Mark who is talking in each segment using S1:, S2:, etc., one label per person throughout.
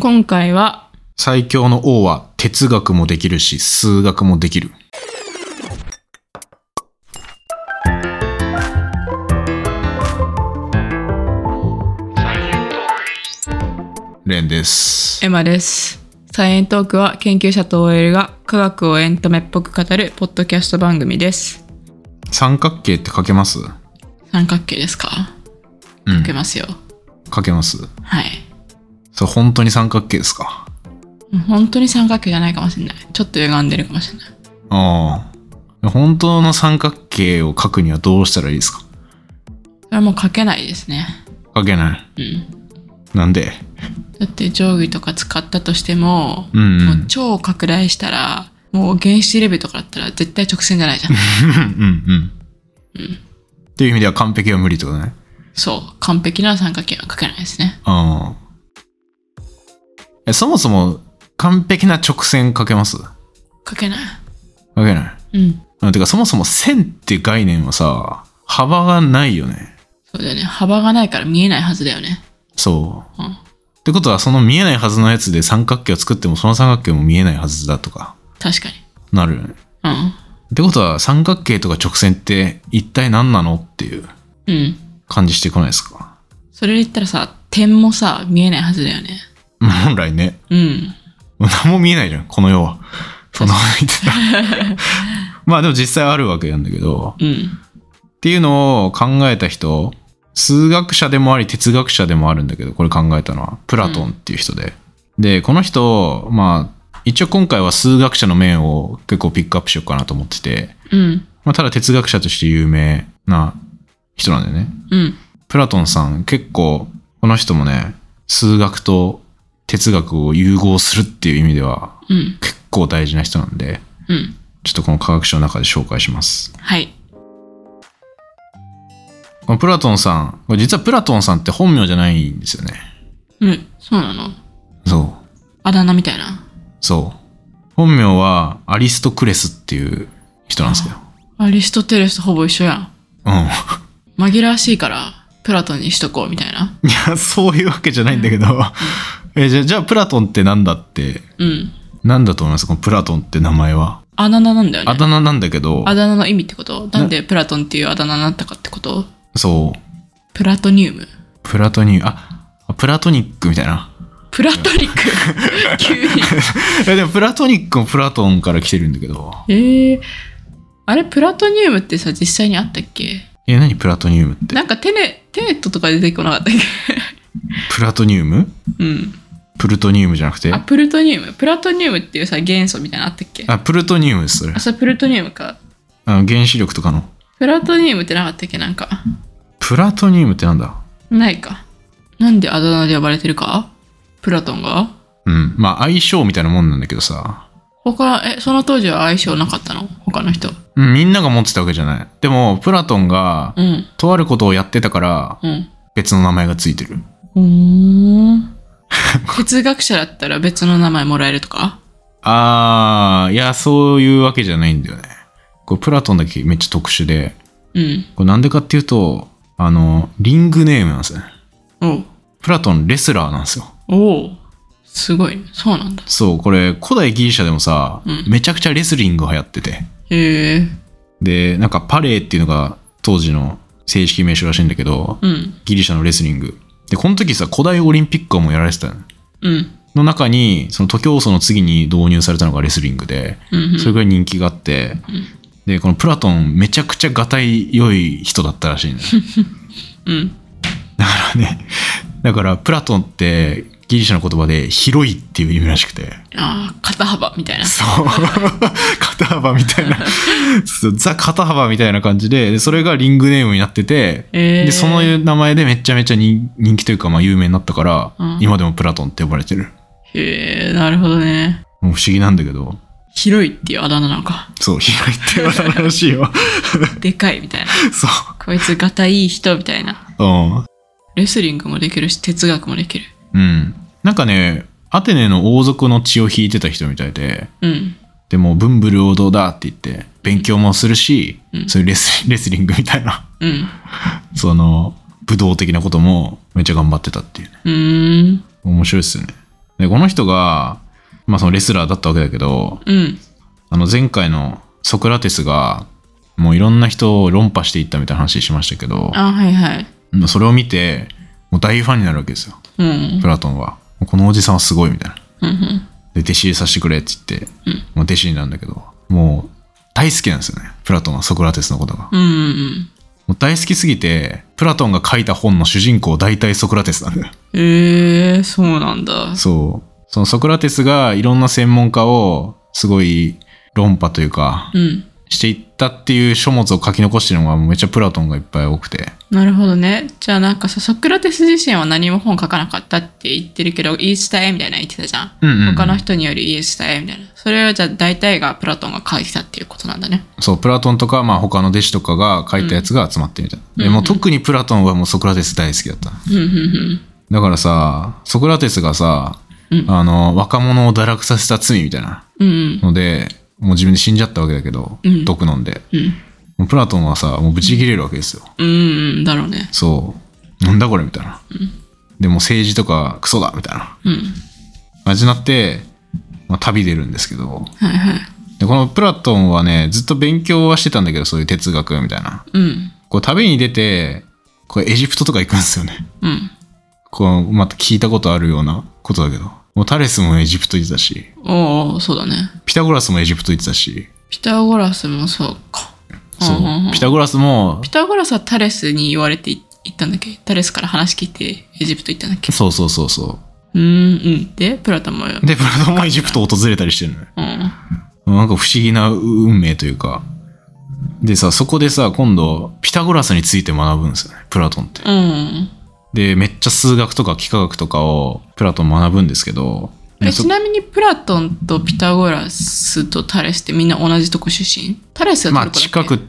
S1: 今回は、
S2: 最強の王は哲学もできるし、数学もできる。レンです。
S1: エマです。サイエントークは研究者と OL が科学をエンタメっぽく語るポッドキャスト番組です。
S2: 三角形って書けます
S1: 三角形ですか
S2: うん
S1: 書けますよ。
S2: 書けます。
S1: はい。
S2: それ本当に三角形ですか
S1: もう本当に三角形じゃないかもしれない。ちょっと歪んでるかもしれない。
S2: ああ。本当の三角形を書くにはどうしたらいいですか
S1: それはもう書けないですね。
S2: 書けない。
S1: うん。
S2: なんで
S1: だって定規とか使ったとしても、
S2: うんうん
S1: もう超拡大したら、もう原子レベルとかだったら絶対直線じゃない じゃん。
S2: うんうん。っていう意味では完璧は無理ってことね。
S1: そう。完璧な三角形は書けないですね。
S2: ああ。そもそも完璧な直線書けます書
S1: 書けない。
S2: けない。
S1: うん。
S2: うんてかそもそも線って概念はさ、幅がないよね。
S1: そうだよね。幅がないから見えないはずだよね。
S2: そう。
S1: うん。
S2: ってことはその見えないはずのやつで三角形を作ってもその三角形も見えないはずだとか、
S1: 確かに。
S2: なるよね。ってことは三角形とか直線って一体何なのっていう
S1: うん。うん。
S2: 感じしてこないですか。
S1: それで言ったらさ、点もさ、見えないはずだよね。
S2: 本来ね。
S1: うん。
S2: 何も見えないじゃん、この世は。そんなこと言ってた。まあでも実際あるわけなんだけど。
S1: うん。
S2: っていうのを考えた人、数学者でもあり哲学者でもあるんだけど、これ考えたのは、プラトンっていう人で。で、この人、まあ、一応今回は数学者の面を結構ピックアップしようかなと思ってて、
S1: うん。
S2: まあただ哲学者として有名な人なんだよね。
S1: うん。
S2: プラトンさん結構この人もね数学と哲学を融合するっていう意味では
S1: うん。
S2: 結構大事な人なんで
S1: うん。
S2: ちょっとこの科学書の中で紹介します
S1: はい。
S2: このプラトンさんこれ実はプラトンさんって本名じゃないんですよね
S1: うん。そうなの
S2: そ
S1: あだ名みたいな。
S2: うそう本名はアリストクレスっていう人なんですけど
S1: アリストテレスとほぼ一緒やん。
S2: うん
S1: 紛らわしいから、プラトンにしとこうみたいな。
S2: いやそういうわけじゃないんだけどえじゃあじゃあプラトンってなんだって
S1: うん。
S2: なんだと思いますこのプラトンって名前は
S1: あだ名なんだよね。
S2: あだ名なんだけど
S1: あだ名の意味ってことなんでプラトンっていうあだ名になったかってこと
S2: そう
S1: プラトニウム。
S2: プラトニあプラトニックみたいな
S1: プラトニック急に。
S2: えでもプラトニックもプラトンから来てるんだけど
S1: えー、あれ、プラトニウムってさ、実際にあったっけ
S2: え何プラトニウムって
S1: なんかテネ、テネットとか出てこなかったっ
S2: プラトニウム
S1: け うん。
S2: プルトニウムじゃなくて
S1: あ、
S2: あ
S1: プルトニウム。プラトニウムっていうさ、元素みたいなのあったっけあ
S2: プルトニウムですそれ
S1: それプルトニウムか。
S2: あの原子力とかの
S1: プラトニウムってなかったっけなんか。
S2: プラトニウムってなんだ
S1: ないか。なんであだ名で呼ばれてるかプラトンが
S2: うんまあ相性みたいなもんなんだけどさ
S1: 他、え、その当時は相性なかったの他の人。
S2: うんみんなが持ってたわけじゃないでもプラトンが
S1: うん。
S2: とあることをやってたから
S1: うん。
S2: 別の名前がついてる
S1: うーん。哲学者だったら別の名前もらえるとか
S2: あーいやそういうわけじゃないんだよねこれプラトンだけめっちゃ特殊で
S1: うん。
S2: これなんでかっていうと、あの、リングネームなんですよね。
S1: おう
S2: プラトンレスラーなんですよ。
S1: おうすごいね。そうなんだ。
S2: そう、これ古代ギリシャでもさ、
S1: うん
S2: めちゃくちゃレスリング流行ってて。
S1: へえ。
S2: で、なんかパレーっていうのが当時の正式名称らしいんだけど、
S1: うん。
S2: ギリシャのレスリング。で、この時さ、古代オリンピックはもうやられてたのね。
S1: うん。
S2: の中に、その徒競走の次に導入されたのがレスリングで、
S1: うん。
S2: それぐらい人気があって、で、このプラトンめちゃくちゃがたい良い人だったらしいんだよね
S1: うん。
S2: だからね、だからプラトンってギリシャの言葉で広いっていう意味らしくて、
S1: ああ、肩幅みたいな。
S2: そう、 肩幅みたいな、そうザ肩幅みたいな感じで、でそれがリングネームになってて、
S1: えー
S2: でその名前でめちゃめちゃ人人気というか、まあ、有名になったから、
S1: うん
S2: 今でもプラトンって呼ばれてる。
S1: へえ、なるほどね。
S2: もう不思議なんだけど、
S1: 広いっていうあだ名なのか。
S2: そう、広いって言われらしいよ。
S1: でかいみたいな。
S2: そ
S1: こいつがたいい人みたいな。
S2: う。うん。
S1: レスリングもできるし、哲学もできる。
S2: うん。なんかね、アテネの王族の血を引いてた人みたいで、
S1: うん。
S2: でもう文武両道だって言って勉強もするし、
S1: うん
S2: そういうレスレスリングみたいな
S1: うん。
S2: その武道的なこともめっちゃ頑張ってたっていうね
S1: うーん。
S2: 面白いっすよねで、この人が、まあそのレスラーだったわけだけど、
S1: うん。
S2: あの前回のソクラテスが、もういろんな人を論破していったみたいな話しましたけど、
S1: あ、はいはい。
S2: まあそれを見て、もう大ファンになるわけですよ、
S1: うん。
S2: プラトンは。もうこのおじさんはすごいみたいな。
S1: うんうん。
S2: で、弟子入りさせてくれって言って、もう弟子になるんだけど、もう大好きなんですよね、プラトンはソクラテスのことが。
S1: うんうん
S2: もう大好きすぎて、プラトンが書いた本の主人公大体ソクラテスなんだよ。
S1: うん。えー、そうなんだ。
S2: そう。そのソクラテスがいろんな専門家をすごい論破というか、
S1: うん。
S2: していったっていう書物を書き残してるのがめっちゃプラトンがいっぱい多くて。
S1: なるほどね。じゃあなんかさ、ソクラテス自身は何も本書かなかったって言ってるけど、言い伝えみたいなの言ってたじゃん。
S2: うんうんうん
S1: 他の人により言い伝えみたいな。それはじゃあ大体がプラトンが書いてたっていうことなんだね。
S2: そう、プラトンとか、まあ他の弟子とかが書いたやつが集まってるみたいな。でもう特にプラトンはもうソクラテス大好きだった。
S1: うんうんうん。
S2: だからさ、ソクラテスがさ、
S1: うん
S2: あの、若者を堕落させた罪みたいな
S1: うん
S2: ので、もう自分で死んじゃったわけだけど、
S1: うん
S2: 毒飲んで。
S1: うん。うん。
S2: もうプラトンはさ、もうブチ切れるわけですよ。
S1: うんうん。だろうね。
S2: そう。なんだこれみたいな。でも政治とかクソだみたいな
S1: うん。
S2: 感じになって、まあ、旅出るんですけ
S1: は
S2: ど。
S1: いはい。
S2: で、このプラトンはね、ずっと勉強はしてたんだけど、そういう哲学みたいな。
S1: うん。
S2: こう旅に出て、これエジプトとか行くんですよね。
S1: うん。
S2: こう、また聞いたことあるようなことだけど。もうタレスもエジプト行ってたし、
S1: おおそうだね。
S2: ピタゴラスもエジプト行ってたし、
S1: ピタゴラスもそうか。
S2: そ
S1: んんん
S2: う。ピタゴラスも
S1: ピ、タゴラスはタレスに言われてい行ったんだっけタレスから話聞いてエジプト行ったんだっけ
S2: そうそうそうそう
S1: ーん、うん。で、プラトンも。
S2: う。で、プラトンもエジプト訪れたりしてるのね。
S1: うん。
S2: なんか不思議な運命というか。でさ、そこでさ、今度、ピタゴラスについて学ぶんですよね、プラトンって。
S1: うん。
S2: で、めっちゃ数学とか幾何学とかをプラトン学ぶんですけど、
S1: え
S2: ねそ
S1: ちなみにプラトンとピタゴラスとタレスってみんな同じとこ出身タレスは
S2: まあ
S1: トルコだ
S2: 近
S1: っけ
S2: く、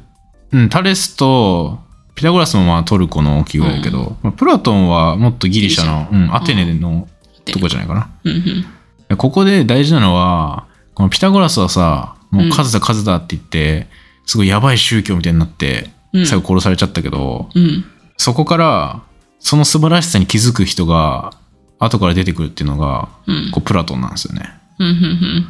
S2: うん、タレスと、ピタゴラスもまあトルコの沖合やけど、まあ、プラトンはもっとギリシャの、うん、アテネのとこじゃないかな。
S1: うんうん
S2: でここで大事なのは、このピタゴラスはさ、もう数だ数だって言って、すごいやばい宗教みたいになって、
S1: うん
S2: 最後殺されちゃったけど、
S1: うん
S2: そこから、その素晴らしさに気づく人が、後から出てくるっていうのが、
S1: うん
S2: こう、プラトンなんですよね。
S1: うんうんうん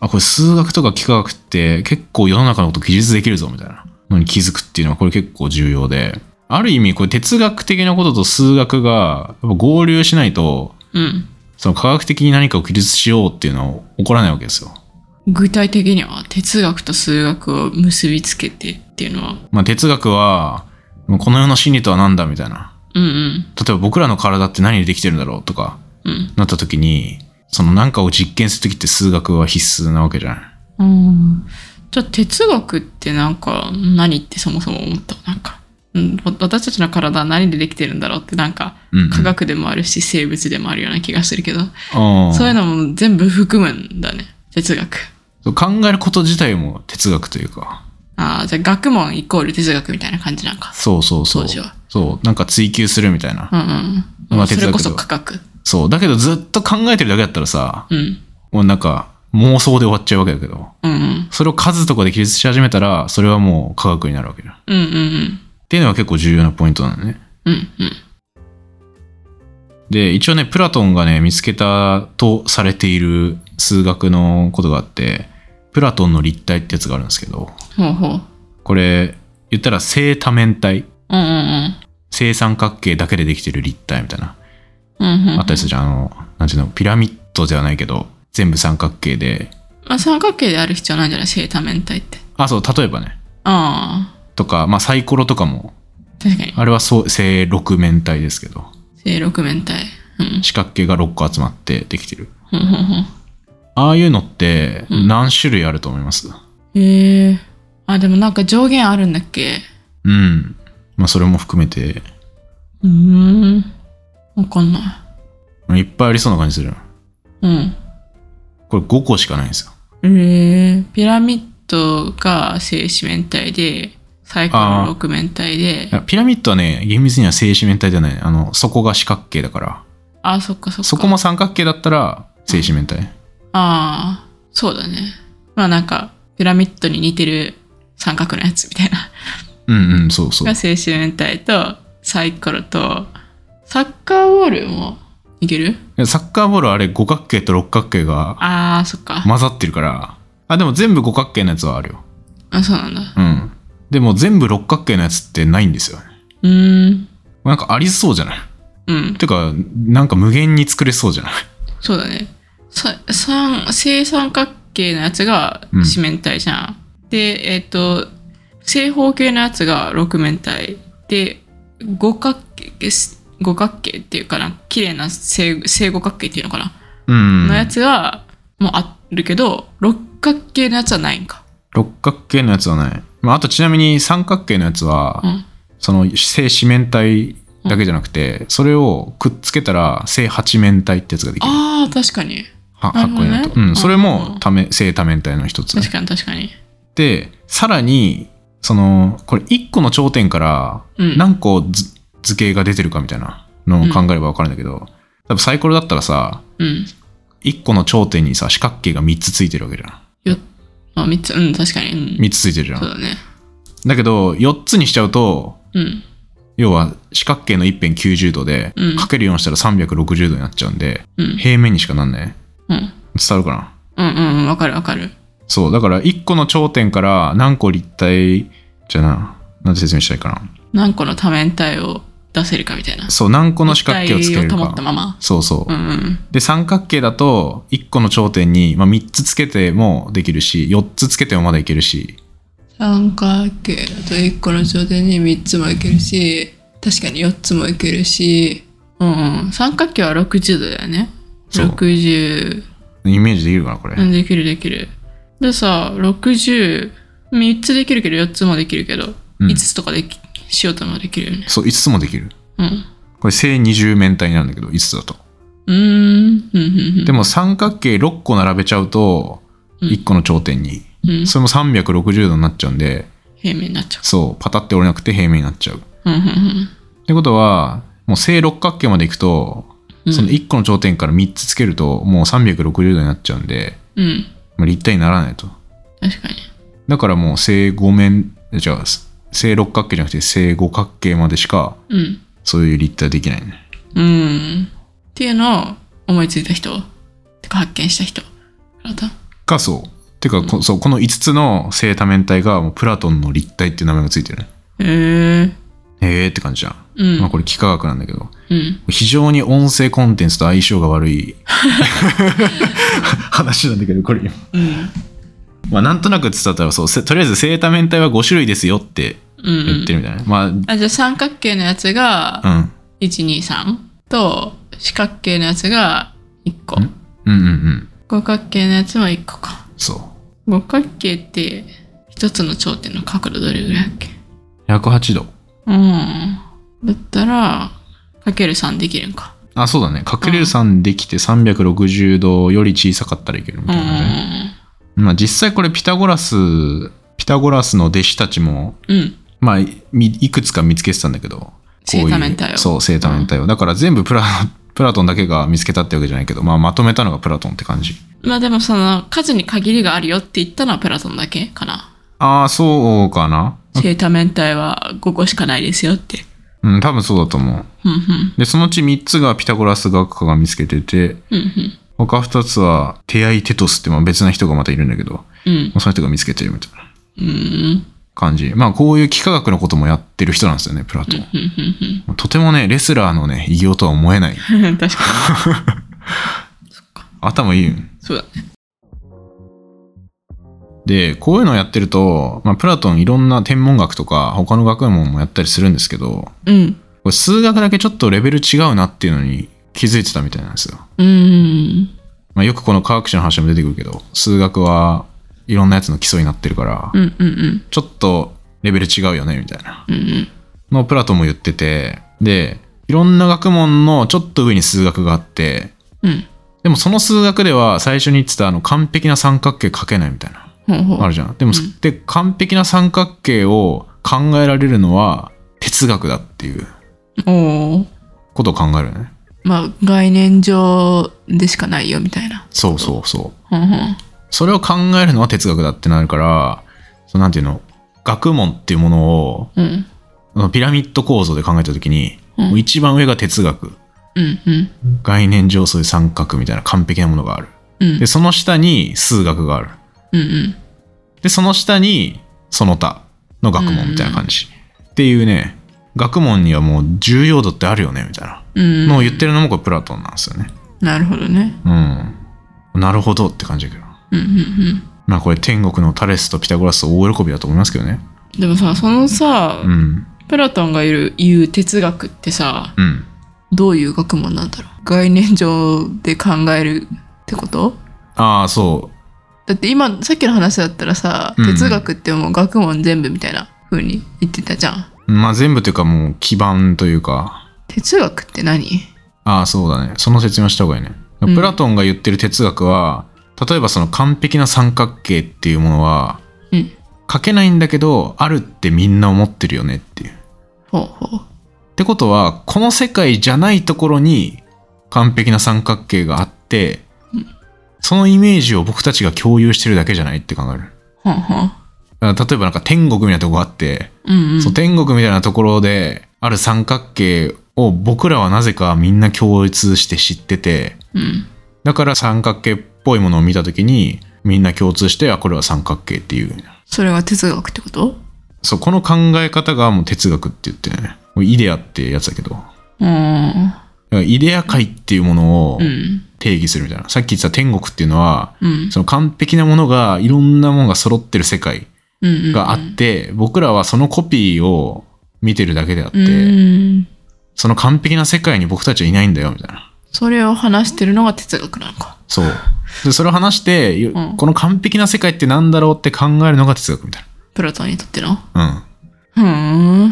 S2: あ、これ数学とか幾何学って結構世の中のこと記述できるぞ、みたいなのに気づくっていうのは、これ結構重要で、ある意味、これ哲学的なことと数学が、やっぱ合流しないと、
S1: うん
S2: その科学的に何かを記述しようっていうのは起こらないわけですよ。
S1: 具体的には哲学と数学を結びつけてっていうのは
S2: まあ、哲学は、この世の真理とは何だみたいな。
S1: うんうん
S2: 例えば僕らの体って何でできてるんだろうとか、
S1: うん
S2: なった時にその何かを実験する時って数学は必須なわけじゃない
S1: うんじゃあ哲学ってなんか何ってそもそも思ったなんか、うん、わ私たちの体は何でできてるんだろうってなんか
S2: うんうん
S1: 科学でもあるし生物でもあるような気がするけど、
S2: ああ
S1: そういうのも全部含むんだね哲学
S2: そう考えること自体も哲学というか
S1: ああ、じゃあ学問イコール哲学みたいな感じなんか。
S2: そうそうそう
S1: 当時は
S2: そうなんか追求するみたいな、
S1: うんうん。
S2: まあ
S1: それこ
S2: 哲
S1: そ
S2: 学だ
S1: 科学。
S2: そうだけどずっと考えてるだけだったらさ
S1: うん。
S2: もうなんか妄想で終わっちゃうわけだけど
S1: うんうん。
S2: それを数とかで記述し始めたらそれはもう科学になるわけだっ
S1: うんうん
S2: ていうのが結構重要なポイントなのね
S1: うん。うんうん。
S2: で一応ねプラトンがね見つけたとされている数学のことがあってプラトンの立体ってやつがあるんですけど
S1: ほうほう。
S2: これ言ったら正多面体
S1: うんうん
S2: 正三角形だけでできてる立体みたいな
S1: うん。うんうん。
S2: あったりするじゃんあのなんていうのピラミッドではないけど全部三角形で
S1: まあ三角形である必要ないんじゃない正多面体って。
S2: あそう例えばね
S1: ああ。
S2: とか、まあ、サイコロとかも
S1: 確かに。
S2: あれはそう正六面体ですけど
S1: 正六面体。うん。
S2: 四角形が6個集まってできてる
S1: ほうほうほう。
S2: ああいうのって
S1: うん
S2: 何種類あると思います
S1: へえ。あ、でもなんか上限あるんだっけ
S2: うん、まあそれも含めて
S1: うーん。わかんない
S2: いっぱいありそうな感じする
S1: い。うん。
S2: これ5個しかないんですよ
S1: えー、ピラミッドが正四面体で最高
S2: あー
S1: の六面体で
S2: いやピラミッドはね厳密には正四面体ではないあの底が四角形だから
S1: ああそっかそっか
S2: そこも三角形だったら正四面体。
S1: ああそうだねまあなんかピラミッドに似てる三角のやつみたいな
S2: うんうん、そうそう
S1: が。正四面体とサイコロとサッカーボールもいける
S2: サッカーボールはあれ五角形と六角形が
S1: ああそっか、
S2: 混ざってるからあでも全部五角形のやつはあるよ
S1: あそうなんだ
S2: うんでも全部六角形のやつってないんですよね
S1: うーん
S2: なんかありそうじゃない
S1: うん
S2: てかなんか無限に作れそうじゃない
S1: そうだねさ三正三角形のやつが
S2: うん
S1: 四面体じゃん、でえっ、と正方形のやつが六面体で五角形です五角形っていうかな綺麗な正正五角形っていうのかな、
S2: うん
S1: のやつはもうあるけど六角形のやつはないんか
S2: 六角形のやつはない、まあ、あとちなみに三角形のやつは、
S1: うん
S2: その正四面体だけじゃなくて、それをくっつけたら正八面体ってやつができる
S1: あー確かに
S2: は
S1: なる
S2: 8
S1: ほ
S2: 個
S1: ど
S2: に
S1: ね
S2: なると、うん、それ
S1: う
S2: も
S1: ん
S2: 多面正多面体の一つ
S1: 確かに確かに
S2: でさらにそのこれ1個の頂点から
S1: うん
S2: 何個ず図形が出てるかみたいなのを考えれば分かるんだけど、多分サイコロだったらさ
S1: うん
S2: 1個の頂点にさ四角形が3つついてるわけじゃん
S1: よあ三つうん確かに、うん、
S2: 3つついてるじゃん
S1: そうだね
S2: だけど4つにしちゃうと
S1: うん
S2: 要は四角形の一辺90度で、
S1: うん
S2: かける4したら360度になっちゃうんで
S1: うん
S2: 平面にしかなんない
S1: うん
S2: 伝わるかな
S1: うんうんうんわかるわかる
S2: そうだから1個の頂点から何個立体じゃななんて説明したらいいかな
S1: 何個の多面体を出せるかみたいな
S2: そう何個の四角形をつけれる
S1: 立体を保った
S2: か
S1: まま
S2: そうそう、
S1: うんうん
S2: で三角形だと1個の頂点に、まあ、3つつけてもできるし4つつけてもまだいけるし
S3: 三角形だと1個の頂点に3つもいけるし確かに4つもいけるし
S1: うんうん三角形は60度だよね
S2: そう
S1: 60
S2: イメージできるかなこれ、
S1: うんできるできるでさ603つできるけど4つもできるけど、
S2: うん
S1: 5つとかできしようともできるよね
S2: そう5つもできる
S1: うん
S2: これ正二十面体なんだけど5つだと
S1: うーんうんうんうん
S2: でも三角形6個並べちゃうと
S1: うん
S2: 1個の頂点に、
S1: うん
S2: それも360度になっちゃうんで
S1: 平面になっちゃ
S2: そうパタって折れなくて平面になっちゃうっ
S1: ううんうんうん
S2: てことはもう正六角形までいくと
S1: うん
S2: その1個の頂点から3つつけるともう360度になっちゃうんで、
S1: うん
S2: まあ、立体にならないと
S1: 確かに
S2: だからもう正五面違う正六角形じゃなくて正五角形までしか
S1: うん
S2: そういう立体できないね
S1: うんっていうのを思いついた人てか発見した人からだ
S2: かそうてか、こそうこの5つの正多面体がもうプラトンの立体っていう名前がついてるね
S1: へえ
S2: へえって感じじゃん
S1: うん
S2: まあこれ幾何学なんだけど
S1: うん
S2: 非常に音声コンテンツと相性が悪い 話なんだけどこれ今
S1: うん
S2: まあなんとなく伝わったらそうせとりあえず正多面体は5種類ですよって
S1: うんうん
S2: 言ってるみたいな、ま
S1: あじゃあ三角形のやつが
S2: あうん
S1: 123と四角形のやつが1個
S2: んうんうんうん
S1: 五角形のやつも1個か
S2: そう
S1: 五角形って一つの頂点の角度どれぐらいだっけ
S2: 108度
S1: うんだったらかける3できるんか
S2: あそうだねかける3できて360度より小さかったらいけるみ
S1: う
S2: た
S1: ん
S2: いうなね、まあ実際これピタゴラスピタゴラスの弟子たちも
S1: んうんうん
S2: まあいみいくつか見つけてたんだけどこういう
S1: 正多面体を
S2: そう正多面体を、だから全部プラプラトンだけが見つけたってわけじゃないけど、まあ、まとめたのがプラトンって感じ
S1: まあでもその数に限りがあるよって言ったのはプラトンだけかな
S2: ああそうかな
S1: 正多面体は5個しかないですよって
S2: うん多分そうだと思う
S1: うんうん
S2: でそのうち3つがピタゴラス学科が見つけてて
S1: うん
S2: 他2つはテアイテトスってまあ別な人がまたいるんだけど
S1: うんうん
S2: その人が見つけてるみたいな
S1: うん
S2: 感じまあこういう幾何学のこともやってる人なんですよねプラトン、
S1: うんうん
S2: とてもねレスラーのね偉業とは思えない
S1: うん確かに
S2: 頭いいよ
S1: そうだね
S2: でこういうのをやってると、まあ、プラトンいろんな天文学とか他の学問もやったりするんですけど
S1: うん
S2: これ数学だけちょっとレベル違うなっていうのに気づいてたみたいなんですよ、
S1: うん
S2: まあ、よくこの科学者の話でも出てくるけど数学はいろんなやつの基礎になってるから、
S1: うんうんうん
S2: ちょっとレベル違うよねみたいな
S1: うんうん
S2: のをプラトンも言っててでいろんな学問のちょっと上に数学があって
S1: うん
S2: でもその数学では最初に言ってたあの完璧な三角形書けないみたいな
S1: ほうほう
S2: あるじゃん。で
S1: う
S2: も、
S1: ん
S2: で完璧な三角形を考えられるのは哲学だっていう
S1: おお
S2: ことを考えるよね。
S1: まあ概念上でしかないよみたいな
S2: そうそうそう。
S1: ほんほん
S2: それを考えるのは哲学だってなるからそのなんていうの学問っていうものを
S1: うん
S2: あのピラミッド構造で考えた時に、
S1: うん
S2: もう一番上が哲学
S4: うんうん
S2: 概念上そういう三角みたいな完璧なものがある
S4: うん
S2: でその下に数学がある
S4: うんうん
S2: でその下にその他の学問みたいな感じ、っていうね学問にはもう重要度ってあるよねみたいな
S4: うん
S2: のを言ってるのもこれプラトンなんですよね
S4: なるほどね
S2: うんなるほどって感じだけど
S4: うんうんうん
S2: まあこれ天国のタレスとピタゴラス大喜びだと思いますけどね
S4: でもさそのさ、
S2: うん
S4: プラトンがいる言う哲学ってさ
S2: うん
S1: どういう学問なんだろう概念上で考えるってこと
S2: ああそ
S1: だって今さっきの話だったらさ、
S2: うんうん
S1: 哲学ってもう学問全部みたいな風に言ってたじゃん
S2: うまあ全部というかもう基盤というか
S1: 哲学って何
S2: ああそうだねその説明をした方がいいね
S1: ん
S2: プラトンが言ってる哲学は、例えばその完璧な三角形っていうものは、
S1: うん
S2: 書けないんだけどあるってみんな思ってるよねっていう。っ
S1: ほうほう
S2: てことはこの世界じゃないところに完璧な三角形があって、そのイメージを僕たちが共有してるだけじゃないって考える。
S1: ほうほう
S2: だから例えばなんか天国みたいなとこがあって、
S1: うんうん
S2: そう天国みたいなところである三角形を僕らはなぜかみんな共通して知ってて、
S1: うん
S2: だから三角形っぽいものを見た時にみんな共通してあこれは三角形っていう
S1: それが哲学ってこと
S2: そうこの考え方がもう哲学って言ってねもうイデアってやつだけどだか
S1: うん
S2: らイデア界っていうものを
S1: うん
S2: 定義するみたいな、さっき言ってた天国っていうのは
S1: うん
S2: その完璧なものがいろんなものが揃ってる世界
S1: うんうん
S2: があって、僕らはそのコピーを見てるだけであって、
S1: うん
S2: その完璧な世界に僕たちはいないんだよみたいな
S1: それを話してるのが哲学なのか
S2: そう。で、それを話して、よ
S1: うん
S2: この完璧な世界ってなんだろうって考えるのが哲学みたい
S1: プラトンにとっての
S2: な。
S1: ふーん
S2: うん。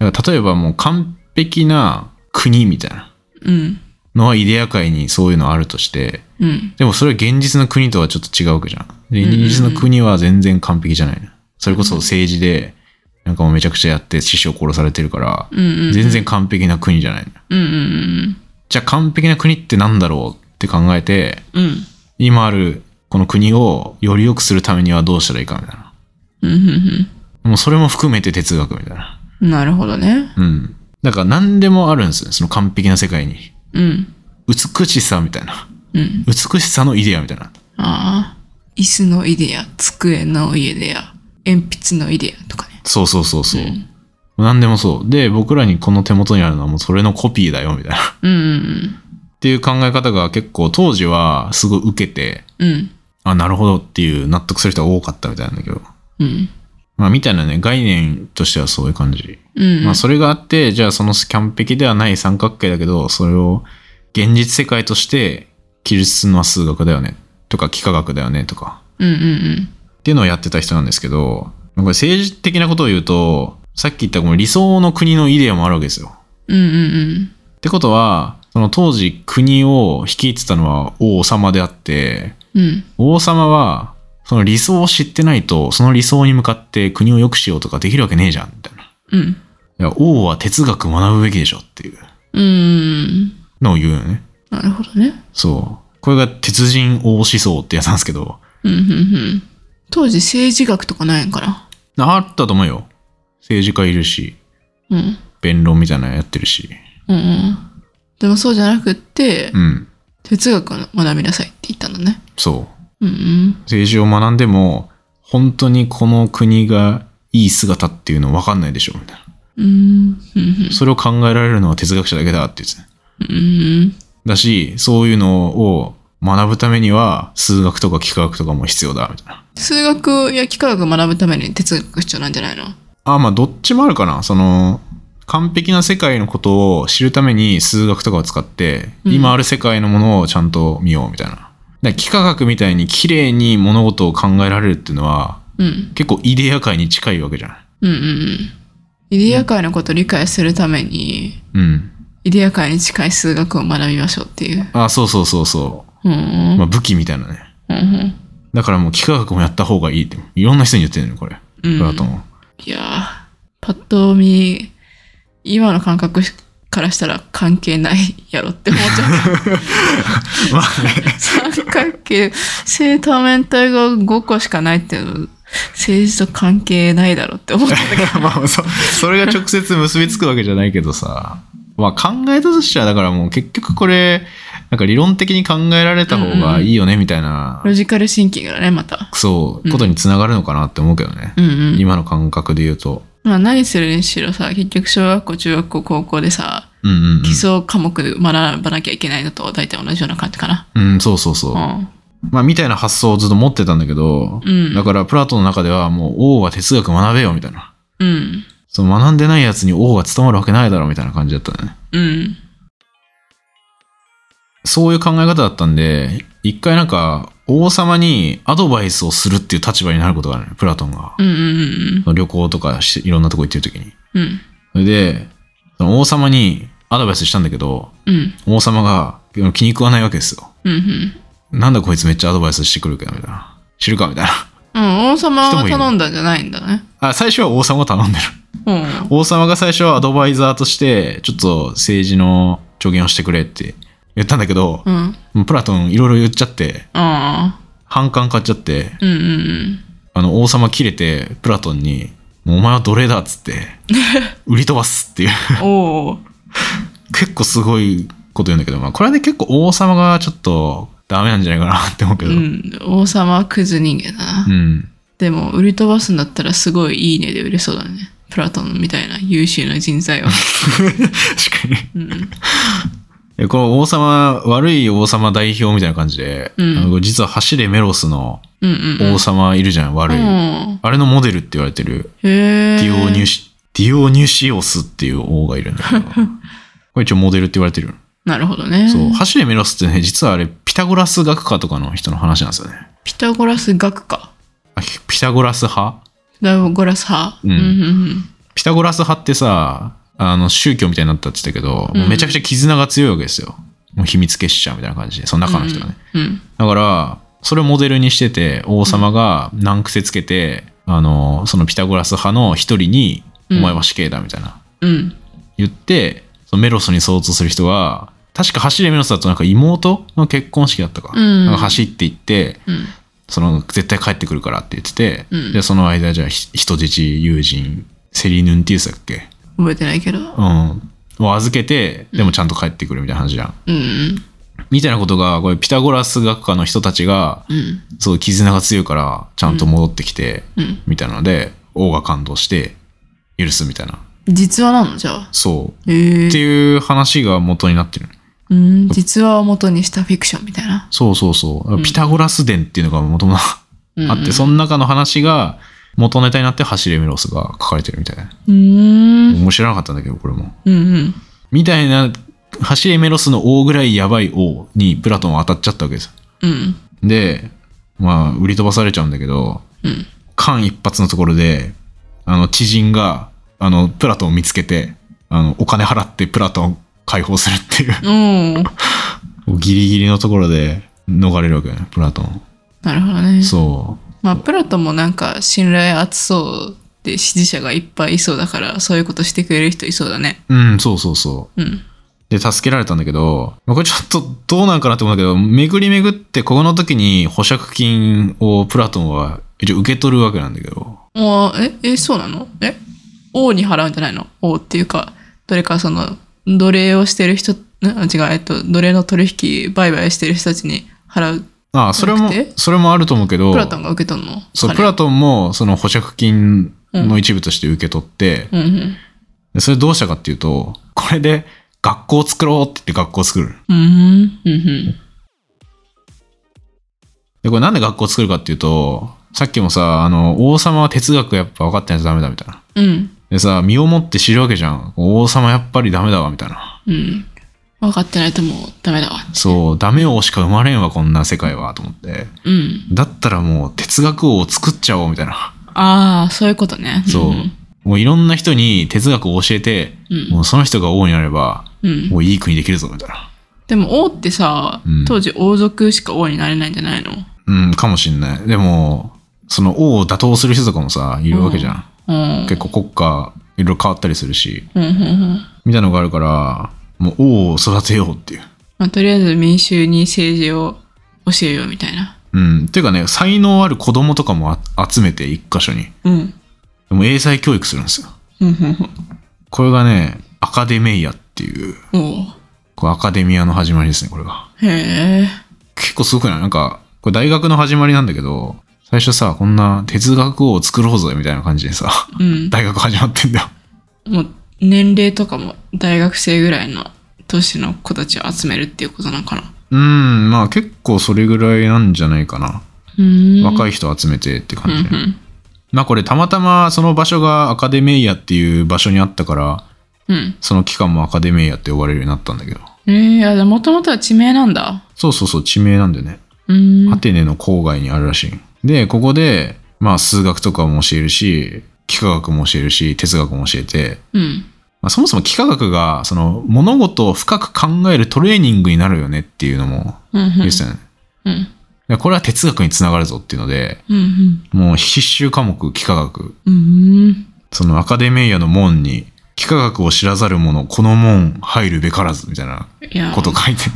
S2: だから例えばもう完璧な国みたいな
S1: うん
S2: のはイデア界にそういうのあるとして、
S1: うん
S2: でもそれは現実の国とはちょっと違うわけじゃん。で、現実の国は全然完璧じゃないの。それこそ政治で、なんかもうめちゃくちゃやって師匠殺されてるから、
S1: うんうん
S2: 全然完璧な国じゃないの。
S1: うんうん
S2: じゃあ完璧な国ってなんだろうって考えて、
S1: うんうん
S2: 今あるこの国をより良くするためにはどうしたらいいかみたいな。
S1: うんうん
S2: もうそれも含めて哲学みたいな。
S1: うんなるほどね
S2: うん。だから何でもあるんですよね。その完璧な世界に。
S1: うん
S2: 美しさみたいな。
S1: うん
S2: 美しさのイデアみたいな。
S1: ああ椅子のイデア机のイデア鉛筆のイデアとかね
S2: そうそうそうそう。
S1: うん
S2: 何でもそう。で、僕らにこの手元にあるのはもうそれのコピーだよ、みたいな。っ
S1: うんうん
S2: ていう考え方が結構当時はすごい受けて、
S1: うん
S2: あ、なるほどっていう納得する人が多かったみたいなんだけど。
S1: うん
S2: まあ、みたいなね、概念としてはそういう感じ。
S1: うん
S2: まあそれがあってじゃあその完璧ではない三角形だけどそれを現実世界として記述するのは数学だよねとか幾何学だよねとか
S1: うんうん
S2: っていうのをやってた人なんですけどこれ政治的なことを言うとさっき言ったこの理想の国のイデアもあるわけですよ。
S1: うんうんうん
S2: ってことはその当時国を率いてたのは王様であって
S1: うん
S2: 王様はその理想を知ってないとその理想に向かって国を良くしようとかできるわけねえじゃんみたいな。
S1: うん
S2: いや王は哲学学ぶべきでしょっていう。
S1: うん
S2: のを言うよね。
S1: なるほどね
S2: そう。これが鉄人王思想ってやつなんですけど、
S1: うんうんうん当時政治学とかないんかな
S2: あったと思うよ。政治家いるし、
S1: うん
S2: 弁論みたいなのやってるし。
S1: うんうんでもそうじゃなくって、
S2: うん。
S1: 哲学を学びなさいって言ったんだね
S2: そう。
S1: うんうん
S2: 政治を学んでも、本当にこの国がいい姿っていうの分かんないでしょ、みたいな。
S1: うんうん
S2: それを考えられるのは哲学者だけだって言ってた
S1: うんうん
S2: だし、そういうのを学ぶためには、数学とか幾何学とかも必要だ、みたいな。
S1: 数学や幾何学を学ぶために哲学が必要なんじゃないの
S2: あ、まあ、どっちもあるかな。その、完璧な世界のことを知るために数学とかを使って、
S1: うん
S2: 今ある世界のものをちゃんと見ようみたいな。だから幾何学みたいに綺麗に物事を考えられるっていうのは、
S1: うん
S2: 結構イデア界に近いわけじゃん。
S1: うんうんうんイデア界のことを理解するために
S2: うん。
S1: イデア界に近い数学を学びましょうっていう
S2: あ、そうそうそうそ
S1: うんう
S2: う。
S1: ん
S2: まあ、武器みたいなね。
S1: うん
S2: だからもう幾何学もやった方がいいって、いろんな人に言ってるのよ、これ。
S1: うん
S2: プラトンは。
S1: いやーパッと見今の感覚からしたら関係ないやろって思っちゃう
S2: まあね。
S1: 三角形正多面体が5個しかないっていうの政治と関 係ないだろうって思ったんだけど
S2: まあそ、それが直接結びつくわけじゃないけどさ。まあ考えたとしてはだからもう結局これなんか理論的に考えられた方がいいよねみたいな、
S1: ロジカルシンキングだねまた
S2: そう
S1: うん
S2: ことにつながるのかなって思うけどね、
S1: うんうん
S2: 今の感覚で言うと
S1: まあ何するにしろさ結局小学校中学校高校でさ
S2: うんうん、うん
S1: 基礎科目で学ばなきゃいけないのと大体同じような感じかな
S2: うん、そうそうそう、
S1: う
S2: まあみたいな発想をずっと持ってたんだけど、
S1: うん
S2: だからプラトンの中ではもう王は哲学学べよみたいなん
S1: うん
S2: その学んでないやつに王は務まるわけないだろみたいな感じだったね
S1: うん
S2: そういう考え方だったんで一回なんか王様にアドバイスをするっていう立場になることがあるねプラトンが
S1: うんうん
S2: 旅行とかしていろんなとこ行ってる時に
S1: うんうん
S2: それでその王様にアドバイスしたんだけど
S1: うん
S2: 王様が気に食わないわけですよ
S1: うんうん
S2: なんだこいつめっちゃアドバイスしてくるけどみたいな知るかみたいな
S1: うん王様
S2: 人も
S1: はい
S2: る
S1: 頼んだんじゃないんだね
S2: あ最初は王様を頼んでる
S1: うん
S2: 王様が最初はアドバイザーとしてちょっと政治の助言をしてくれって言ったんだけど
S1: う、ん
S2: もうプラトンいろいろ言っちゃって
S1: ああ
S2: 反感買っちゃって
S1: うんうん
S2: あの王様切れてプラトンに「もうお前は奴隷だ」っつって 売り飛ばすっていう
S1: うんおお
S2: 結構すごいこと言うんだけど、まあ、これはね結構王様がちょっとダメなんじゃないかなって思うけ
S1: う
S2: ど、
S1: ん王様はクズ人間だな
S2: うん
S1: でも売り飛ばすんだったらすごいいいねで売れそうだねプラトンみたいな優秀な人材を
S2: 確かに
S1: うん
S2: でこの王様悪い王様代表みたいな感じで、
S1: うん
S2: あの実は走れメロスの
S1: うんうんうん
S2: 王様いるじゃん、悪い、
S1: うん
S2: あれのモデルって言われてる
S1: へえ
S2: ディオニュシ、ディオニュシオスっていう王がいるんだけ どこれ一応モデルって言われてる
S1: なるほどね
S2: そう走れメロスってね実はあれピタゴラス学科とかの人の話なんですよね
S1: ピタゴラス学か
S2: あピタゴラス派
S1: ピタゴラス派
S2: うん
S1: うんうん
S2: ピタゴラス派ってさあの宗教みたいになったって言ったけど、もうめちゃくちゃ絆が強いわけですよもう秘密結社みたいな感じでその中の人がね、
S1: うんうん
S2: だからそれをモデルにしてて王様が難癖つけて、あのそのピタゴラス派の一人に「お
S1: うん
S2: 前は死刑だ」みたいな
S1: うん
S2: 言ってそのメロスに相当する人が確か走れメロスだとなんか妹の結婚式だったか,、
S1: うん
S2: なんか走って行って
S1: うん
S2: その絶対帰ってくるからって言ってて、
S1: うん
S2: でその間じゃあひ人質友人セリヌンティウスだっけ
S1: 覚えてないけどう
S2: うんを預けてでもちゃんと帰ってくるみたいな話じゃん、
S1: んうん
S2: みたいなことがこれピタゴラス学科の人たちが
S1: うん
S2: そう絆が強いからちゃんと戻ってきて、
S1: うん
S2: みたいなので王が感動して許すみたいな
S1: 実話なのじゃあ
S2: そう
S1: へえ
S2: っていう話が元になってる
S1: うん実話を元にしたフィクションみたいな
S2: そうそうそう。
S1: ん
S2: ピタゴラス伝っていうのが元も
S1: うんうん
S2: あって、その中の話が元ネタになって走れメロスが書かれてるみたいな。
S1: うーん
S2: 面白なかったんだけど、これも。
S1: うんうん
S2: みたいな、走れメロスの王ぐらいやばい王にプラトンは当たっちゃったわけです。
S1: うん
S2: で、まあ、売り飛ばされちゃうんだけど、
S1: うん
S2: 間一髪のところで、あの、知人が、あの、プラトンを見つけて、あの、お金払ってプラトンを解放するっていう、
S1: おお
S2: ギリギリのところで逃れるわけよね、プラトン。
S1: なるほどね
S2: そう。
S1: まあプラトンもなんか信頼厚そうで支持者がいっぱいいそうだからそういうことしてくれる人いそうだね
S2: うん、そうそうそう。
S1: うん
S2: で、助けられたんだけど、まあこれちょっとどうなんかなって思うんだけど、巡り巡って、ここの時に保釈金をプラトンは一応受け取るわけなんだけど、
S1: おーええそうなのえ王に払うんじゃないの王っていうかどれかその奴隷をしてる人な違うえっと奴隷の取引売買してる人たちに払う
S2: ああ、それ
S1: な
S2: も
S1: くて、
S2: それもあると思うけど、
S1: プラトンが受け取るの
S2: そう、
S1: 彼
S2: プラトンもその保釈金の一部として受け取って、
S1: うんうん
S2: でそれどうしたかっていうと、これで学校を作ろうって言って学校を作る。
S1: うんうんうん
S2: で、これなんで学校を作るかっていうと、さっきもさ、あの、王様は哲学やっぱ分かってないとダメだみたいな。
S1: うん
S2: でさ、身をもって知るわけじゃん。王様やっぱりダメだわみたいな。
S1: うん分かってないともうダメだわ
S2: そう、ダメ王しか生まれんわ、こんな世界は、と思って。
S1: うん
S2: だったらもう哲学王を作っちゃおう、みたいな。
S1: ああそういうことね
S2: そう。もういろんな人に哲学を教えて、
S1: うん
S2: もうその人が王になれば、
S1: うん、うん
S2: もういい国できるぞ、みたいな。
S1: でも王ってさ、
S2: うん
S1: 当時王族しか王になれないんじゃないの
S2: うん、かもしんない。でも、その王を打倒する人とかもさ、いるわけじゃん。
S1: うん。
S2: 結構国家、いろいろ変わったりするし、
S1: うんうんうん
S2: みたいなのがあるから、もう王を育てようっていう。
S1: まあ、とりあえず民衆に政治を教えようみたいな。
S2: うん。っていうかね、才能ある子供とかもあ集めて、一箇所に。
S1: うん。
S2: でも英才教育するんですよ。
S1: うんうんうん
S2: これがね、アカデメイアってっていう、
S4: おう
S2: これアカデミアの始まりですね、これが。
S4: へえ。
S2: 結構すごくないなんか、これ大学の始まりなんだけど、最初さ、こんな哲学を作ろうぜみたいな感じでさ、
S4: うん。
S2: 大学始まってんだよ。
S4: もう年齢とかも大学生ぐらいの年の子たちを集めるっていうことなのかな。
S2: うん、まあ結構それぐらいなんじゃないかな。若
S4: い
S2: い人集めてって
S4: うんう
S2: 感じで。
S4: ん
S2: まあこれたまたまその場所がアカデメイヤっていう場所にあったから、
S4: うん。
S2: その期間もアカデメイヤって呼ばれるようになったんだけど。
S4: ええ、もともとは地名なんだ。
S2: そうそうそう、地名なんだよね。
S4: うん。
S2: アテネの郊外にあるらしい。で、ここで、まあ数学とかも教えるし、幾何学も教えるし、哲学も教えて、
S4: うん。
S2: まあ、そもそも幾何学がその物事を深く考えるトレーニングになるよねっていうのも
S4: うんうん
S2: 言ってたよね。
S4: うん。
S2: でこれは哲学につながるぞっていうので、
S4: うんうん。
S2: もう必修科目幾何学。
S4: うん。
S2: そのアカデメイヤの門に幾何学を知らざる者、この門入るべからずみたいない
S4: や
S2: こ、と書いて る。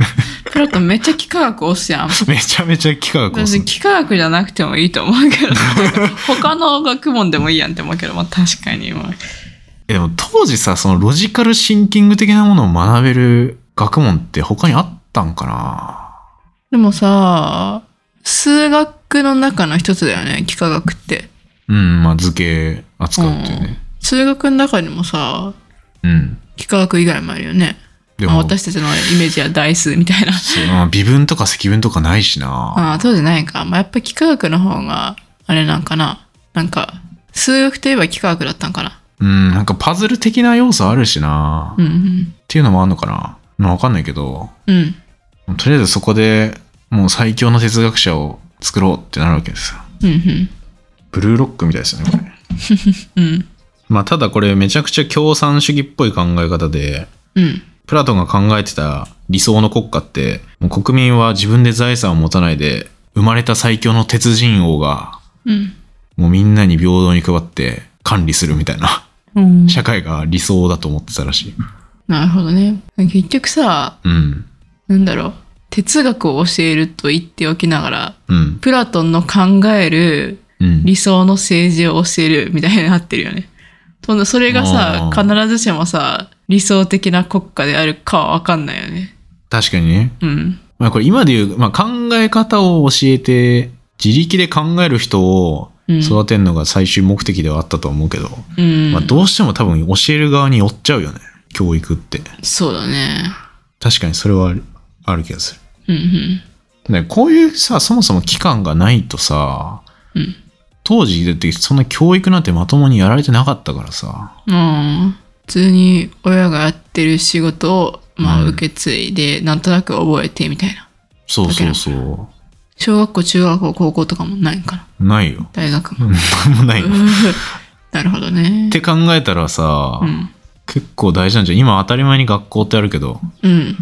S4: プラトンめっちゃ幾何学押すやん。
S2: めちゃめちゃ幾何学を
S4: 別
S2: する
S4: に。幾何学じゃなくてもいいと思う けど、他の学問でもいいやんって思うけど、まあ確かに。まあ
S2: えでも当時さ、そのロジカルシンキング的なものを学べる学問って他にあったんかな
S1: でもさ、数学の中の一つだよね、幾何学って。
S2: うん、まあ図形扱うっていうね。
S1: 数学の中にもさ、
S2: うん。
S1: 幾何学以外もあるよね。
S2: で
S1: まあ、私たちのイメージは代数みた いな。
S2: そうまあ微分とか積分とかないしな。
S1: ああ、当時ないか。まあ、やっぱ幾何学の方が、あれなんかな。なんか、数学といえば幾何学だったんかな。
S2: うん、なんかパズル的な要素あるしな。
S1: う
S2: っ
S1: ん
S2: ていうのもあんのかな。まあわかんないけど、
S1: うん。うん。
S2: とりあえずそこでもう最強の哲学者を作ろうってなるわけですよ。
S1: うんうん。
S2: ブルーロックみたいですよね、これ。
S1: うん。
S2: まあただこれめちゃくちゃ共産主義っぽい考え方で、
S1: うん。
S2: プラトンが考えてた理想の国家って、もう国民は自分で財産を持たないで、生まれた最強の鉄人王が、
S1: うん。
S2: もうみんなに平等に配って管理するみたいな。
S1: うん、
S2: 社会が理想だと思ってたらしい。
S1: なるほどね。結局さ、
S2: うん。
S1: なんだろう。哲学を教えると言っておきながら、
S2: うん。
S1: プラトンの考える
S2: うん。
S1: 理想の政治を教えるみたいになってるよね。そんなそれがさ、
S2: あ
S1: 必
S2: ー
S1: ずしもさ、理想的な国家であるかはわかんないよね。
S2: 確かにね。
S1: うん。
S2: まあこれ今でいう、まあ、考え方を教えて、自力で考える人を
S1: うん
S2: 育てるのが最終目的ではあったと思うけど、
S1: うん。
S2: まあどうしても多分教える側に寄っちゃうよね。教育って。
S1: そうだね。
S2: 確かにそれはあるある気がする。
S1: うんうん。
S2: ね、こういうさ、そもそも期間がないとさ、
S1: うん
S2: 当時だってそんな教育なんてまともにやられてなかったからさ。
S1: うん、普通に親がやってる仕事を、まあ、
S2: うん
S1: 受け継いで、なんとなく覚えてみたいな
S2: そうそうそ
S1: 小学校中学校高校とかもないんかな
S2: う。ないよ。
S1: 大学も、
S2: なんもないよ。
S1: なるほどね
S2: って考えたらさ、
S1: うん
S2: 結構大事なんじゃん今当たり前に学校ってあるけど
S1: うん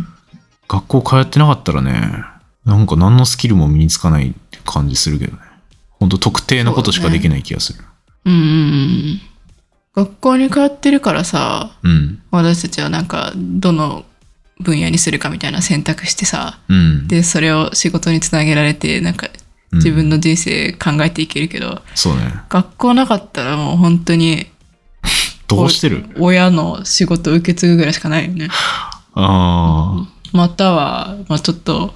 S2: 学校通ってなかったらねなんか何のスキルも身につかないって感じするけどねほんと特定のことしかできない気がする
S1: うんうんうん学校に通ってるからさ
S2: う,、
S1: 私たちはなんかどの分野にするかみたいな選択してさ
S2: んうん
S1: でそれを仕事につなげられてなんか
S2: うん
S1: 自分の人生考えていけるけど、
S2: そうね
S1: 学校なかったらもう本当に
S2: どうしてる
S1: お親の仕事を受け継ぐぐらいしかないよね。
S2: あ
S1: または、まあ、ちょっと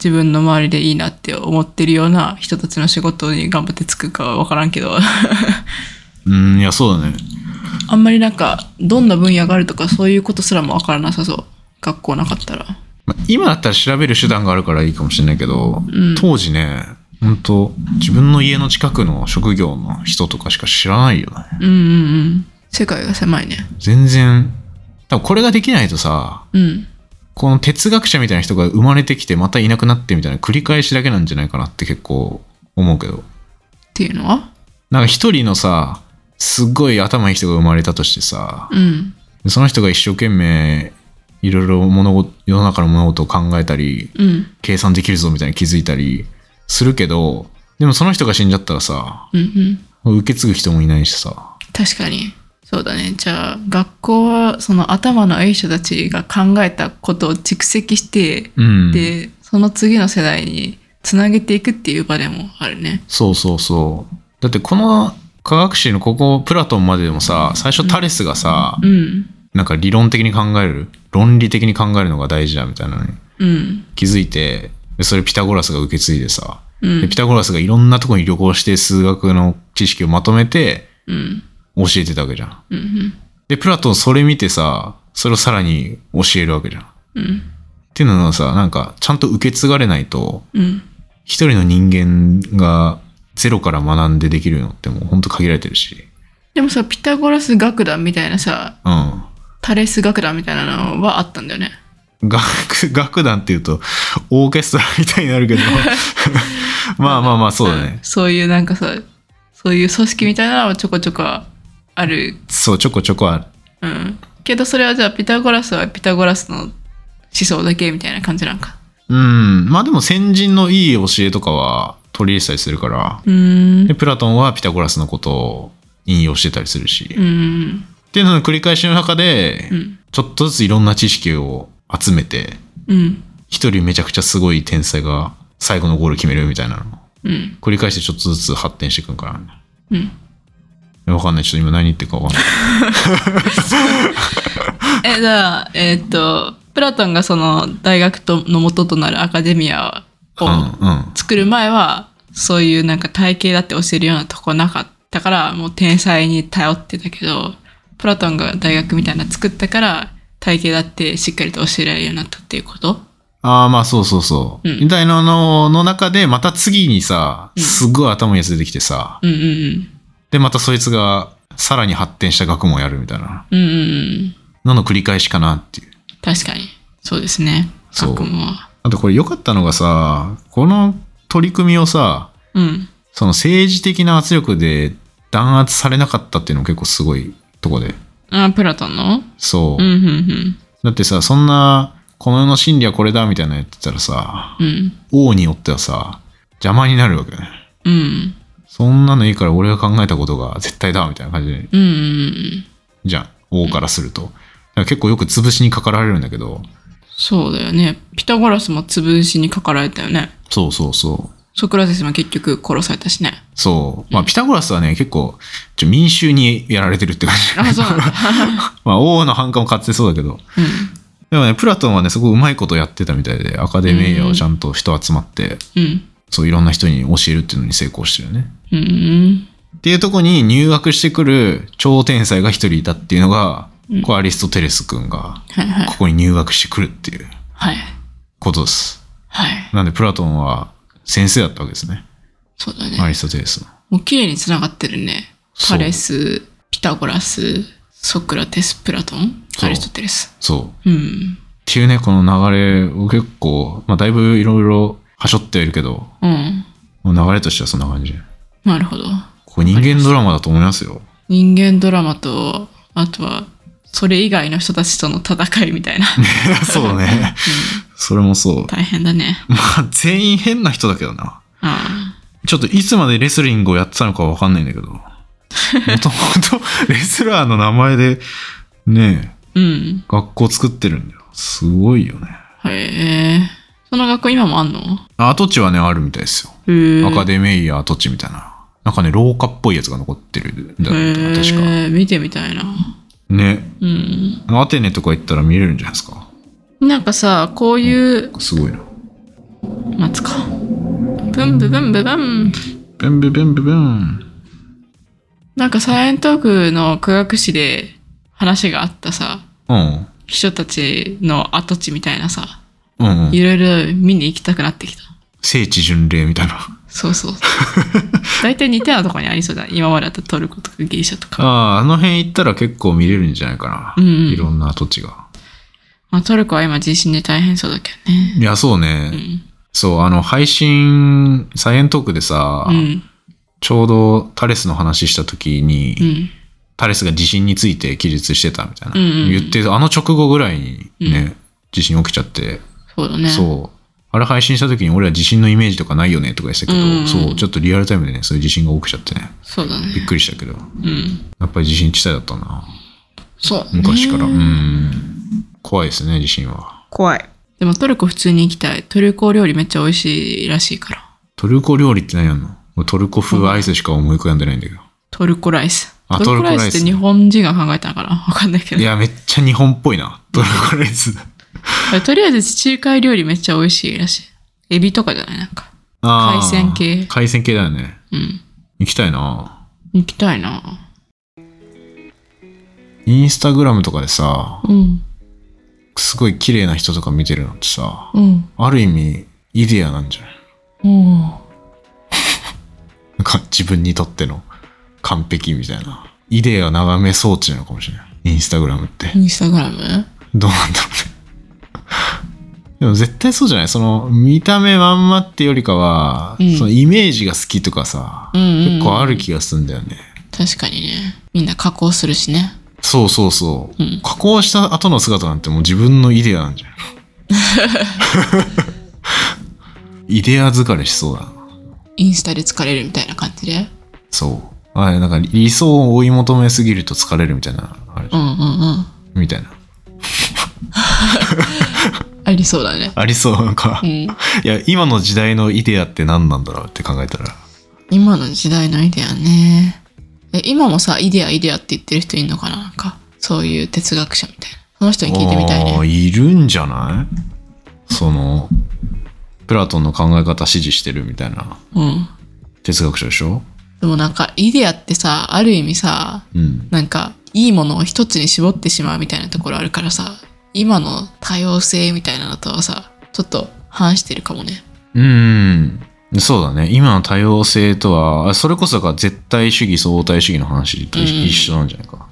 S1: 自分の周りでいいなって思ってるような人たちの仕事に頑張ってつくかは分からん けど
S2: あうんいやそうだね
S1: あんまりなんかどんな分野があるとかそういうことすらも分からなさそう学校なかったら。
S2: ま今だったら調べる手段があるからいいかもしれないけど、
S1: うん
S2: 当時ねほんと自分の家の近くの職業の人とかしか知らないよね
S1: うんうんうん。世界が狭いね。
S2: 全然多分これができないとさ
S1: うん。
S2: この哲学者みたいな人が生まれてきてまたいなくなってみたいな繰り返しだけなんじゃないかなって結構思うけど
S1: っていうのは
S2: なんか一人のさすっごい頭いい人が生まれたとしてさ
S1: うん。
S2: その人が一生懸命いろいろ物事世の中の物事を考えたり
S1: うん。
S2: 計算できるぞみたいに気づいたりするけどでもその人が死んじゃったらさ
S1: うんうん。
S2: 受け継ぐ人もいないしさ
S1: 確かに。そうだね。じゃあ学校はその頭のいい人たちが考えたことを蓄積して
S2: うん
S1: でその次の世代につなげていくっていう場でもあるね。
S2: そうそうそうだってこの科学史のここプラトンまででもさ最初タレスがさ、
S1: うん。
S2: なんか理論的に考える論理的に考えるのが大事だみたいなのに
S1: うん。
S2: 気づいてでそれピタゴラスが受け継いでさ、
S1: うん
S2: でピタゴラスがいろんなとこに旅行して数学の知識をまとめて
S1: うん。
S2: 教えてたわけじゃん。
S1: うん。うん
S2: でプラトンそれ見てさそれをさらに教えるわけじゃん。っ
S1: うん。
S2: ていうのはさなんかちゃんと受け継がれないと
S1: うん。
S2: 一人の人間がゼロから学んでできるのってもうほんと限られてるし。
S1: でもさ、ピタゴラス楽団みたいなさ、
S2: うん。
S1: タレス楽団みたいなのはあったんだよね。
S2: 楽楽団っていうとオーケストラみたいになる けどまあまあまあそうだね
S1: そういうなんかさ、そういう組織みたいなのはちょこちょこある。
S2: そうちょこちょこある
S1: うん。けどそれはじゃあピタゴラスはピタゴラスの思想だけみたいな感じなんか。
S2: うんまあでも先人のいい教えとかは取り入れてたりするから
S1: うーん。
S2: でプラトンはピタゴラスのことを引用してたりするし、
S1: う
S2: っ
S1: ーん。
S2: ていうのの繰り返しの中で、
S1: うん。
S2: ちょっとずついろんな知識を集めて
S1: うん。
S2: 一人めちゃくちゃすごい天才が最後のゴール決めるみたいなの
S1: うん。
S2: 繰り返してちょっとずつ発展していくんからね
S1: うん。
S2: わかんないちょっと今何言ってるかわかんない
S1: え、じゃあ、えーっと、プラトンがその大学との元となるアカデミアを
S2: うんうん
S1: 作る前は、そういうなんか体系だって教えるようなとこなかったから、もう天才に頼ってたけど、プラトンが大学みたいなの作ったから、体系だってしっかりと教えられるようになったっていうこと
S2: ああ、まあそうそうそう。
S1: うん
S2: みたいなのの中で、また次にさ、
S1: ん
S2: すごい頭いいやつ出てきてさ、
S1: うんうん
S2: で、またそいつがさらに発展した学問をやるみたいな
S1: うん。うんうんうん。
S2: のの繰り返しかなっていう。
S1: 確かに。そうですね。
S2: そう
S1: 学問は。
S2: あとこれ良かったのがさ、この取り組みをさ、
S1: うん。
S2: その政治的な圧力で弾圧されなかったっていうのも結構すごいとこで。
S1: あ、プラトンの
S2: そう。
S1: うんうんうん。
S2: だってさ、そんな、この世の真理はこれだみたいなのやってたらさ、
S1: うん。
S2: 王によってはさ、邪魔になるわけね。
S1: うん。
S2: そんなのいいから俺が考えたことが絶対だみたいな感じで
S1: うんうんうん。
S2: じゃん王からするとだから結構よく潰しにかかられるんだけど
S1: そうだよね。ピタゴラスも潰しにかかられたよね。
S2: そうそうそう
S1: ソクラテスも結局殺されたしね。
S2: そうまあピタゴラスはね結構ちょ民衆にやられてるって感じ
S1: あ、そうなんだ。
S2: まあ王の反感も買ってそうだけど
S1: う
S2: でもねプラトンはねすごいうまいことやってたみたいでアカデミーをちゃんと人集まって
S1: ん。うん。
S2: そういろんな人に教えるっていうのに成功してるね
S1: うん。
S2: っていうとこに入学してくる超天才が一人いたっていうのが、これアリストテレス君が
S1: はいはい。
S2: ここに入学してくるっていう
S1: はい。
S2: ことです
S1: はい。
S2: なんでプラトンは先生だったわけですね。
S1: そうだね。
S2: アリストテレスの。
S1: もう綺麗に繋がってるね。
S2: そ
S1: パ
S2: う
S1: レス、ピタゴラス、ソクラテス、プラトン、
S2: そう
S1: アリストテレス。
S2: そう。っ
S1: うん。
S2: ていうね、この流れを結構、まあだいぶいろいろはしょってはいるけど、
S1: うん。
S2: もう流れとしてはそんな感じ。
S1: なるほど。
S2: これ人間ドラマだと思いますよ。
S1: 人間ドラマと、あとは、それ以外の人たちとの戦いみたいな。
S2: そうだね。 それもそう。
S1: 大変だね。
S2: まあ全員変な人だけどな。
S1: うん。
S2: ちょっといつまでレスリングをやってたのかわかんないんだけど。もともとレ スラーの名前で、ね
S1: う
S2: え、
S1: ん。
S2: 学校作ってるんだよ。すごいよね。
S1: へえ。その学校今もあんの
S2: 跡地はね、あるみたいですよ。
S1: へえ。
S2: アカデミーア跡地みたいな。なんかね、廊下っぽいやつが残ってるんだ
S1: へ
S2: よな確か。
S1: え。見てみたいな。
S2: ね。
S1: うん。
S2: アテネとか行ったら見れるんじゃないですか。
S1: なんかさ、こういう、
S2: すごいな。
S1: 待つか。ブンブブンブブン。
S2: ブンブブンブブン。
S1: なんかサイエントークの科学誌で話があったさ、
S2: うん。
S1: 人たちの跡地みたいなさ、
S2: うん、うん。
S1: いろいろ見に行きたくなってきた。
S2: 聖地巡礼みたいな。
S1: そうそう。大体似たようなとこにありそうだ。今までだったトルコとかギリシャと
S2: あ
S1: か。
S2: あ、あの辺行ったら結構見れるんじゃないかな。
S1: うんうん
S2: いろんな跡地が。
S1: まあ、トルコは今地震で大変そうだけどね。
S2: いや、そうね。そう、あの、配信、サイエントークでさ、
S1: うん。
S2: ちょうどタレスの話した時に、
S1: うん。
S2: タレスが地震について記述してたみたいな、
S1: うんうんうん
S2: 言ってあの直後ぐらいにね、地震起きちゃって、
S1: そうだね。
S2: そうあれ配信した時に俺は地震のイメージとかないよねとか言ってたけど、
S1: うんうん
S2: そうちょっとリアルタイムでねそういう地震が起きちゃってね
S1: そうだ
S2: びっ
S1: ね。
S2: くりしたけど
S1: うん。
S2: やっぱり地震地帯だったな
S1: そう。
S2: 昔から、
S1: ね
S2: うん怖いですね地震は
S1: 怖い。でもトルコ普通に行きたい。トルコ料理めっちゃ美味しいらしいから。
S2: トルコ料理って何やんの俺トルコ風アイスしか思い浮かんでないんだけど、
S1: トルコライス。
S2: あ、
S1: ド
S2: ト
S1: ル
S2: ル
S1: コ
S2: コ
S1: ラ
S2: ラ
S1: イ
S2: イ
S1: ス
S2: ス
S1: って日
S2: ね。
S1: 本人が考えたのかな わかんないけ
S2: い
S1: ど。
S2: や、めっちゃ日本っぽいな。トルコライス。
S1: とりあえず地中海料理めっちゃ美味しいらしい。エビとかじゃないなんか。
S2: あー
S1: 海鮮系
S2: 海鮮系だよね。
S1: うん。
S2: 行きたいな。
S1: 行きたいな
S2: インスタグラムとかでさ、
S1: うん。
S2: すごい綺麗な人とか見てるのってさ、
S1: うん。
S2: ある意味、イデアなんじゃない
S1: うん。
S2: なんか自分にとっての完璧みたいな。イデア眺め装置なのかもしれない。インスタグラムって。
S1: インスタグラム
S2: どうなんだろう ね。でも絶対そうじゃないその見た目まんまってよりかは、
S1: うん
S2: そのイメージが好きとかさ、
S1: うんうんうん
S2: 結構ある気がするんだよね。
S1: 確かにね。みんな加工するしね。
S2: そうそうそう、
S1: うん
S2: 加工した後の姿なんてもう自分のイデアなんじゃない イデア疲れしそうだな。
S1: インスタで疲れるみたいな感じで。
S2: そう。あれ、なんか理想を追い求めすぎると疲れるみたいな、あれ
S1: う、んうんうん。
S2: みたいな。
S1: ありそうだね。
S2: ありそう、なんか、
S1: う
S2: い
S1: ん。
S2: や、今の時代のイデアって何なんだろうって考えたら。
S1: 今の時代のイデアね。え、今もさ、イデアイデアって言ってる人いるのかななんか、そういう哲学者みたいな。その人に聞いてみたい
S2: あー
S1: ね。
S2: いるんじゃないその、プラトンの考え方支持してるみたいな
S1: うん。
S2: 哲学者でしょ
S1: でもなんか、イデアってさ、ある意味さ、
S2: うん。
S1: なんか、いいものを一つに絞ってしまうみたいなところあるからさ、今の多様性みたいなのとはさ、ちょっと反してるかもね。
S2: うん。そうだね。今の多様性とは、あそれこそだから絶対主義相対主義の話と
S1: うん
S2: 一緒なんじゃないか。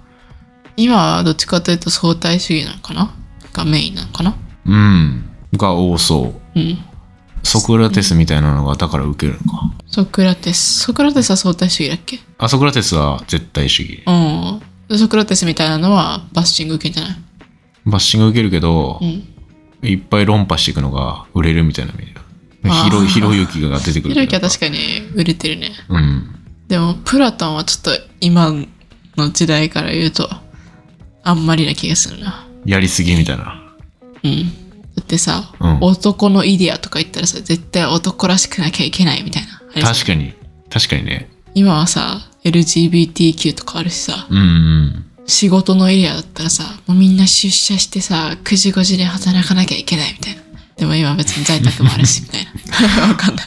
S1: 今はどっちかというと相対主義なのかながメインなのかな
S2: うん。が多そう。
S1: うん。
S2: ソクラテスみたいなのがだから受けるのか。
S1: ソクラテス。ソクラテスは相対主義だっけ
S2: あ、ソクラテスは絶対主義。
S1: うん。ソクラテスみたいなのはバッシング受けんじゃない
S2: バッシング受けるけど
S1: う、ん。
S2: いっぱい論破していくのが売れるみたいな意味だよ。ひろ
S1: あー
S2: ひろゆきが出てく
S1: ひろ
S2: るとい
S1: ゆ
S2: う
S1: きは確かに売れてるね。
S2: うん。
S1: でも、プラトンはちょっと今の時代から言うと、あんまりな気がするな。
S2: やりすぎみたいな。
S1: うん。だってさ、
S2: うん
S1: 男のイデアとか言ったらさ、絶対男らしくなきゃいけないみたいな。
S2: 確
S1: に。
S2: かに。確かにね。
S1: 今はさ、LGBTQ とかあるしさ、
S2: うんうん。
S1: 仕事のイデアだったらさ、もうみんな出社してさ、9時5時で働かなきゃいけないみたいな。でも今は別に在宅もあるし、みたいな。わ かんない。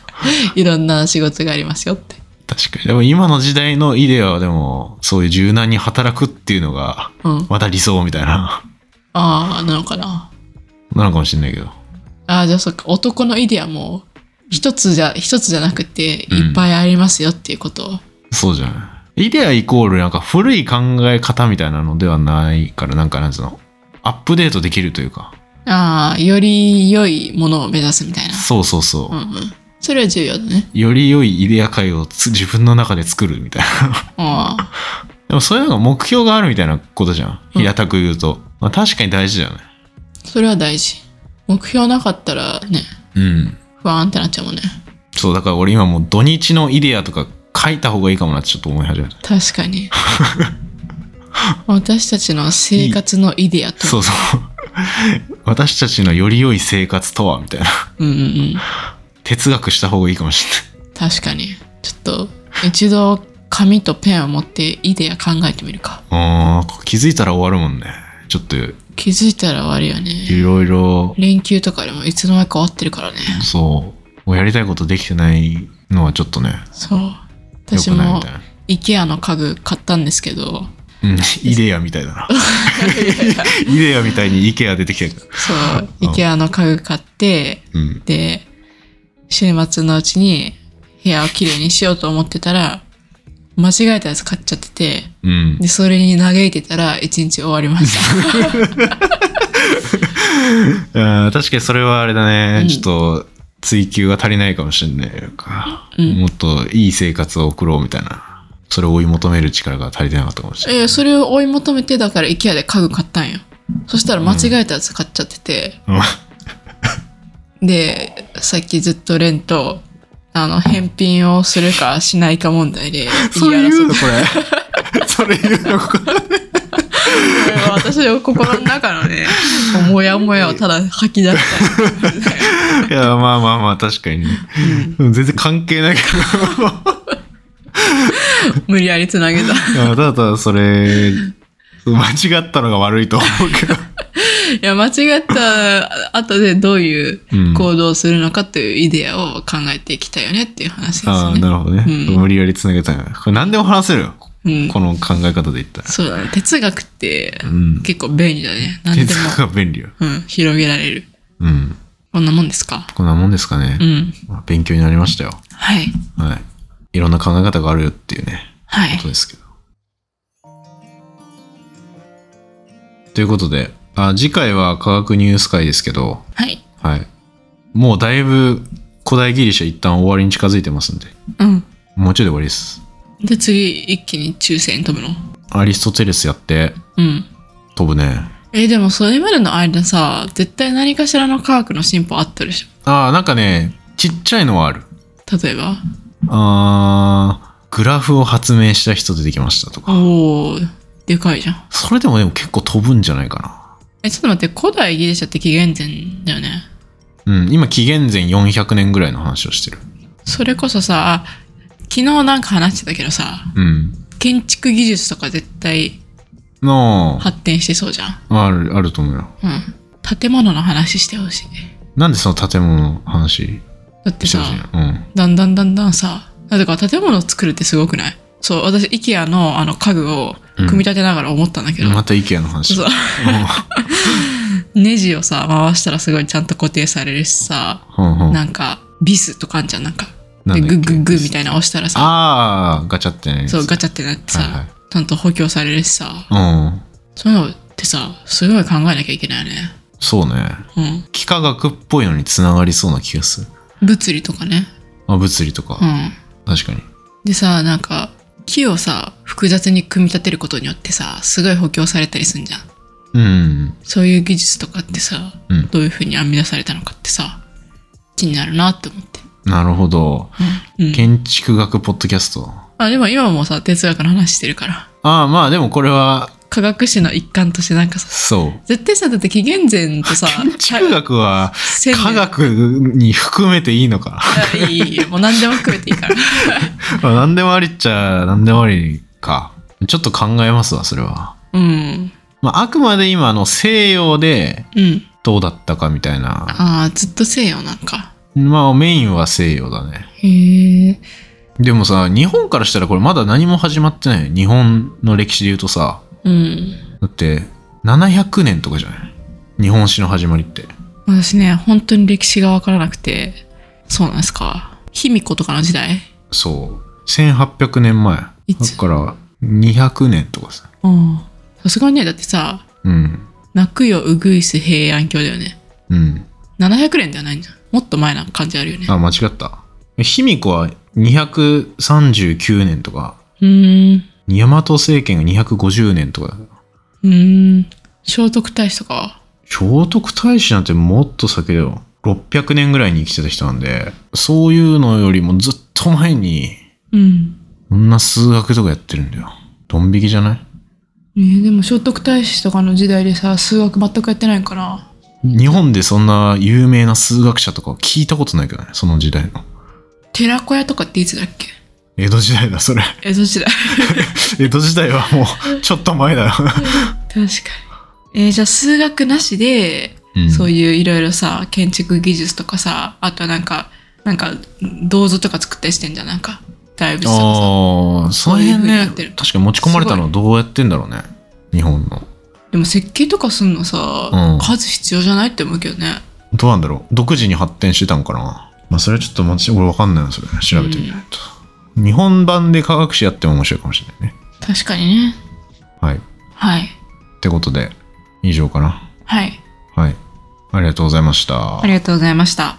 S1: いろんな仕事がありますよって。
S2: 確かに。でも今の時代のイデアはでも、そういう柔軟に働くっていうのが、
S1: うん。
S2: また理想みたいな、
S1: ああ、なのかな。
S2: なのかもしれないけど。
S1: ああ、じゃあそっか、男のイデアも、一つじゃ、一つじゃなくて、
S2: うん
S1: いっぱいありますよっていうことを。
S2: そうじゃない。イデアイコールなんか古い考え方みたいなのではないから、なんかなんつうの、アップデートできるというか。
S1: ああ、より良いものを目指すみたいな。
S2: そうそうそうう。
S1: んうん。それは重要だね。
S2: より良いイデア界をつ自分の中で作るみたいな。
S1: ああ、
S2: でもそういうのが目標があるみたいなことじゃん。
S1: うん
S2: 平たく言うと。まあ確かに大事だよね。
S1: それは大事。目標なかったらね、
S2: うん。
S1: 不安ってなっちゃうもんね。
S2: そう、だから俺今もう土日のイデアとか書いた方がいいかもなってちょっと思い始めた。
S1: 確かに。私たちの生活のイデアと。
S2: そうそう。 私たちのより良い生活とはみたいな。
S1: うんうんうん。
S2: 哲学した方がいいかもしれ
S1: 確かに。ちょっと、一度紙とペンを持ってイデア考えてみるか。
S2: ない。うーん、気づいたら終わるもんね。ちょっと、い
S1: 気づいたら終わるよね。
S2: ろいろ、
S1: 連休とかでもいつの間にか終わってるからね。
S2: そう、もうやりたいことできてないのはちょっとね、
S1: そう。
S2: 良
S1: 私
S2: くないみ
S1: も
S2: たいな。
S1: IKEA の家具買ったんですけど、
S2: うん、イデアみたいだ な。イデアみたいにイケア出てきてる。
S1: そう、IKEA の家具買って、
S2: うん。
S1: で、週末のうちに部屋をきれいにしようと思ってたら、間違えたやつ買っちゃってて、
S2: うん。
S1: で、それに嘆いてたら一日終わりました。
S2: うん確かにそれはあれだね、
S1: うん
S2: ちょっと追求が足りないかもしれないなんか、
S1: うん
S2: もっといい生活を送ろうみたいなそれを追い求める力が足りてなかったかもしれない、
S1: えーそれを追い求めて、だから IKEA で家具買ったんよ。そしたら間違えたやつ買っちゃってて、
S2: うん
S1: で、さっきずっとレンと、あの、返品をするかしないか問題で、
S2: それ
S1: 言い
S2: 言う
S1: 争
S2: の
S1: っ
S2: こ れそれ言うのこれ
S1: これは私の心の中の ね、もうモヤモヤをただ吐き出したい。
S2: いやまあまあまあ確かにね、でも全然関係ないか
S1: 無理やりつなげ た。
S2: いやただただそれ、間違ったのが悪いと思うけど。
S1: いや、間違った後でどういう
S2: うん
S1: 行動をするのかというイデアを考えていきたいよねっていう話ですね。
S2: ああ、なるほどね。
S1: うん
S2: 無理やりつなげたのこれ何でも話せるよ。
S1: うん
S2: この考え方で言ったら。
S1: そうだね。哲学って
S2: うん。
S1: 結構便利だね。何でも
S2: 哲、学が便利よ。
S1: うん、広げられる。
S2: うん。
S1: こんなもんですか
S2: こんなもんですかね
S1: う。ん。
S2: まあ勉強になりましたよ。
S1: はい。
S2: はい。いろんな考え方があるよっていうね、
S1: はい
S2: こ。とですけど。ということで、あ次回は科学ニュース会ですけど、
S1: はい。
S2: はい。もうだいぶ古代ギリシャ一旦終わりに近づいてますんで、
S1: うん。
S2: もうちょいで終わりです。
S1: で、次、一気に抽選飛ぶの
S2: アリストテレスやって
S1: うん。
S2: 飛ぶね。
S1: えでもそれまでの間さ、絶対何かしらの科学の進歩あったでし
S2: ああ、なんかね、ちっちゃいのはある。
S1: ょ例えば。
S2: あーグラフを発明した人出てきましたとか。
S1: おー、でかいじゃん。
S2: それでもでも結構飛ぶんじゃないか
S1: え、ちょっと待って、古代ギリシャって紀元前だよね。
S2: な。うん、今紀元前400年ぐらいの話をしてる。
S1: それこそさ、あ昨日なんか話してたけどさ、
S2: うん。
S1: 建築技術とか絶対
S2: の
S1: 発展してそうじゃん。
S2: ある、あると思うよ。
S1: うん。建物の話してほしい。
S2: なんでその建物の話
S1: だって
S2: して
S1: さ
S2: ほ、しいのうん。
S1: だんだんだんだんさ、なぜか建物作るってすごくないそう、私、IKEA のあの家具を組み立てながら思ったんだけど、
S2: また IKEA の話。
S1: そう
S2: うん
S1: ネジをさ、回したらすごいちゃんと固定されるしさ、
S2: うんうん
S1: なんか、ビスとかあんじゃん、なんか。
S2: なん
S1: で、
S2: だっ
S1: グ
S2: け
S1: ッグッグッみたいなの押したらさ、
S2: ああ、ガチャってね。
S1: そう、ガチャってなってさ、
S2: はいはい
S1: ちゃんと補強されるしさ、
S2: うん。
S1: そういうのってさ、すごい考えなきゃいけないよね。
S2: そうね。
S1: う
S2: 幾何学っぽいのにつながりそうな気がする。
S1: ん。物理とかね。
S2: あ、物理とか。
S1: うん。
S2: 確かに。
S1: でさ、なんか、木をさ、複雑に組み立てることによってさ、すごい補強されたりすんじゃん。
S2: うん。
S1: そういう技術とかってさ、
S2: うん
S1: どういうふうに編み出されたのかってさ、気になるなって思って。
S2: なるほど。
S1: うん。
S2: 建築学ポッドキャスト。
S1: あ、でも今もさ、哲学の話してるから。
S2: ああ、まあでもこれは、
S1: 科学史の一環としてなんかさ、
S2: そう。
S1: 絶対さ、だって紀元前 とさ、
S2: 建築学は
S1: 千年
S2: 科学に含めていいのか。
S1: いやいいいいいいもう何でも含めていい から。
S2: まあ何でもありっちゃ何でもありか。ちょっと考えますわ、それは。
S1: うん。
S2: まあ、あくまで今あの西洋で
S1: うん。
S2: どうだったかみたいな。
S1: ああ、ずっと西洋なんか。
S2: まあメインは西洋だね。
S1: へえ。
S2: でもさ、日本からしたらこれまだ何も始まってない。日本の歴史で言うとさ、
S1: うん。
S2: だって700年とかじゃない日本史の始まりって。
S1: 私ね、本当に歴史がわからなくて、そうなんですか。卑弥呼とかの時代
S2: そう。1800年前。
S1: いつ
S2: だから200年とかさ。
S1: うん。さすがにね、だってさ、
S2: うん。
S1: 泣くよ、うぐいす平安京だよね。
S2: うん。
S1: 700年ではないんじゃん。もっと前な感じあるよね。
S2: あ、間違った。卑弥呼は239年とか、
S1: うーん。
S2: 大和政権が250年とかだよ
S1: うーん。聖徳太子とかは
S2: 聖徳太子なんてもっと先だよ。600年ぐらいに生きてた人なんで、そういうのよりもずっと前に、
S1: うん。
S2: こんな数学とかやってるんだよ。ドン引きじゃない
S1: えーでも聖徳太子とかの時代でさ、数学全くやってないから。
S2: 日本でそんな有名な数学者とか聞いたことないけどね、その時代の。
S1: 寺子屋とかっていつだっけ
S2: 江戸時代だ、それ。
S1: 江戸時代。
S2: 江戸時代はもう、ちょっと前だ よ。
S1: 確かに。えーじゃあ数学なしで、
S2: うん
S1: そういういろいろさ、建築技術とかさ、あとはなんか、なんか、銅像とか作ったりしてんじゃん、なんか。大仏とかさ。
S2: ああ、その
S1: そういう
S2: 辺
S1: 風にな
S2: ね
S1: ってる、
S2: 確かに持ち込まれたのはどうやってんだろうね。日本の。
S1: でも設計とかすんのさ、
S2: うん
S1: 数必要じゃないって思うけどね。
S2: どうなんだろう。独自に発展してたんかな。まあ、それはちょっと待ち、俺わかんないな、それ。調べてみないと。日本版で科学史やっても面白いかもしれないね。
S1: 確かにね。
S2: はい。っ
S1: はい。
S2: てことで、以上かな。
S1: はい。
S2: はい。ありがとうございました。
S1: ありがとうございました。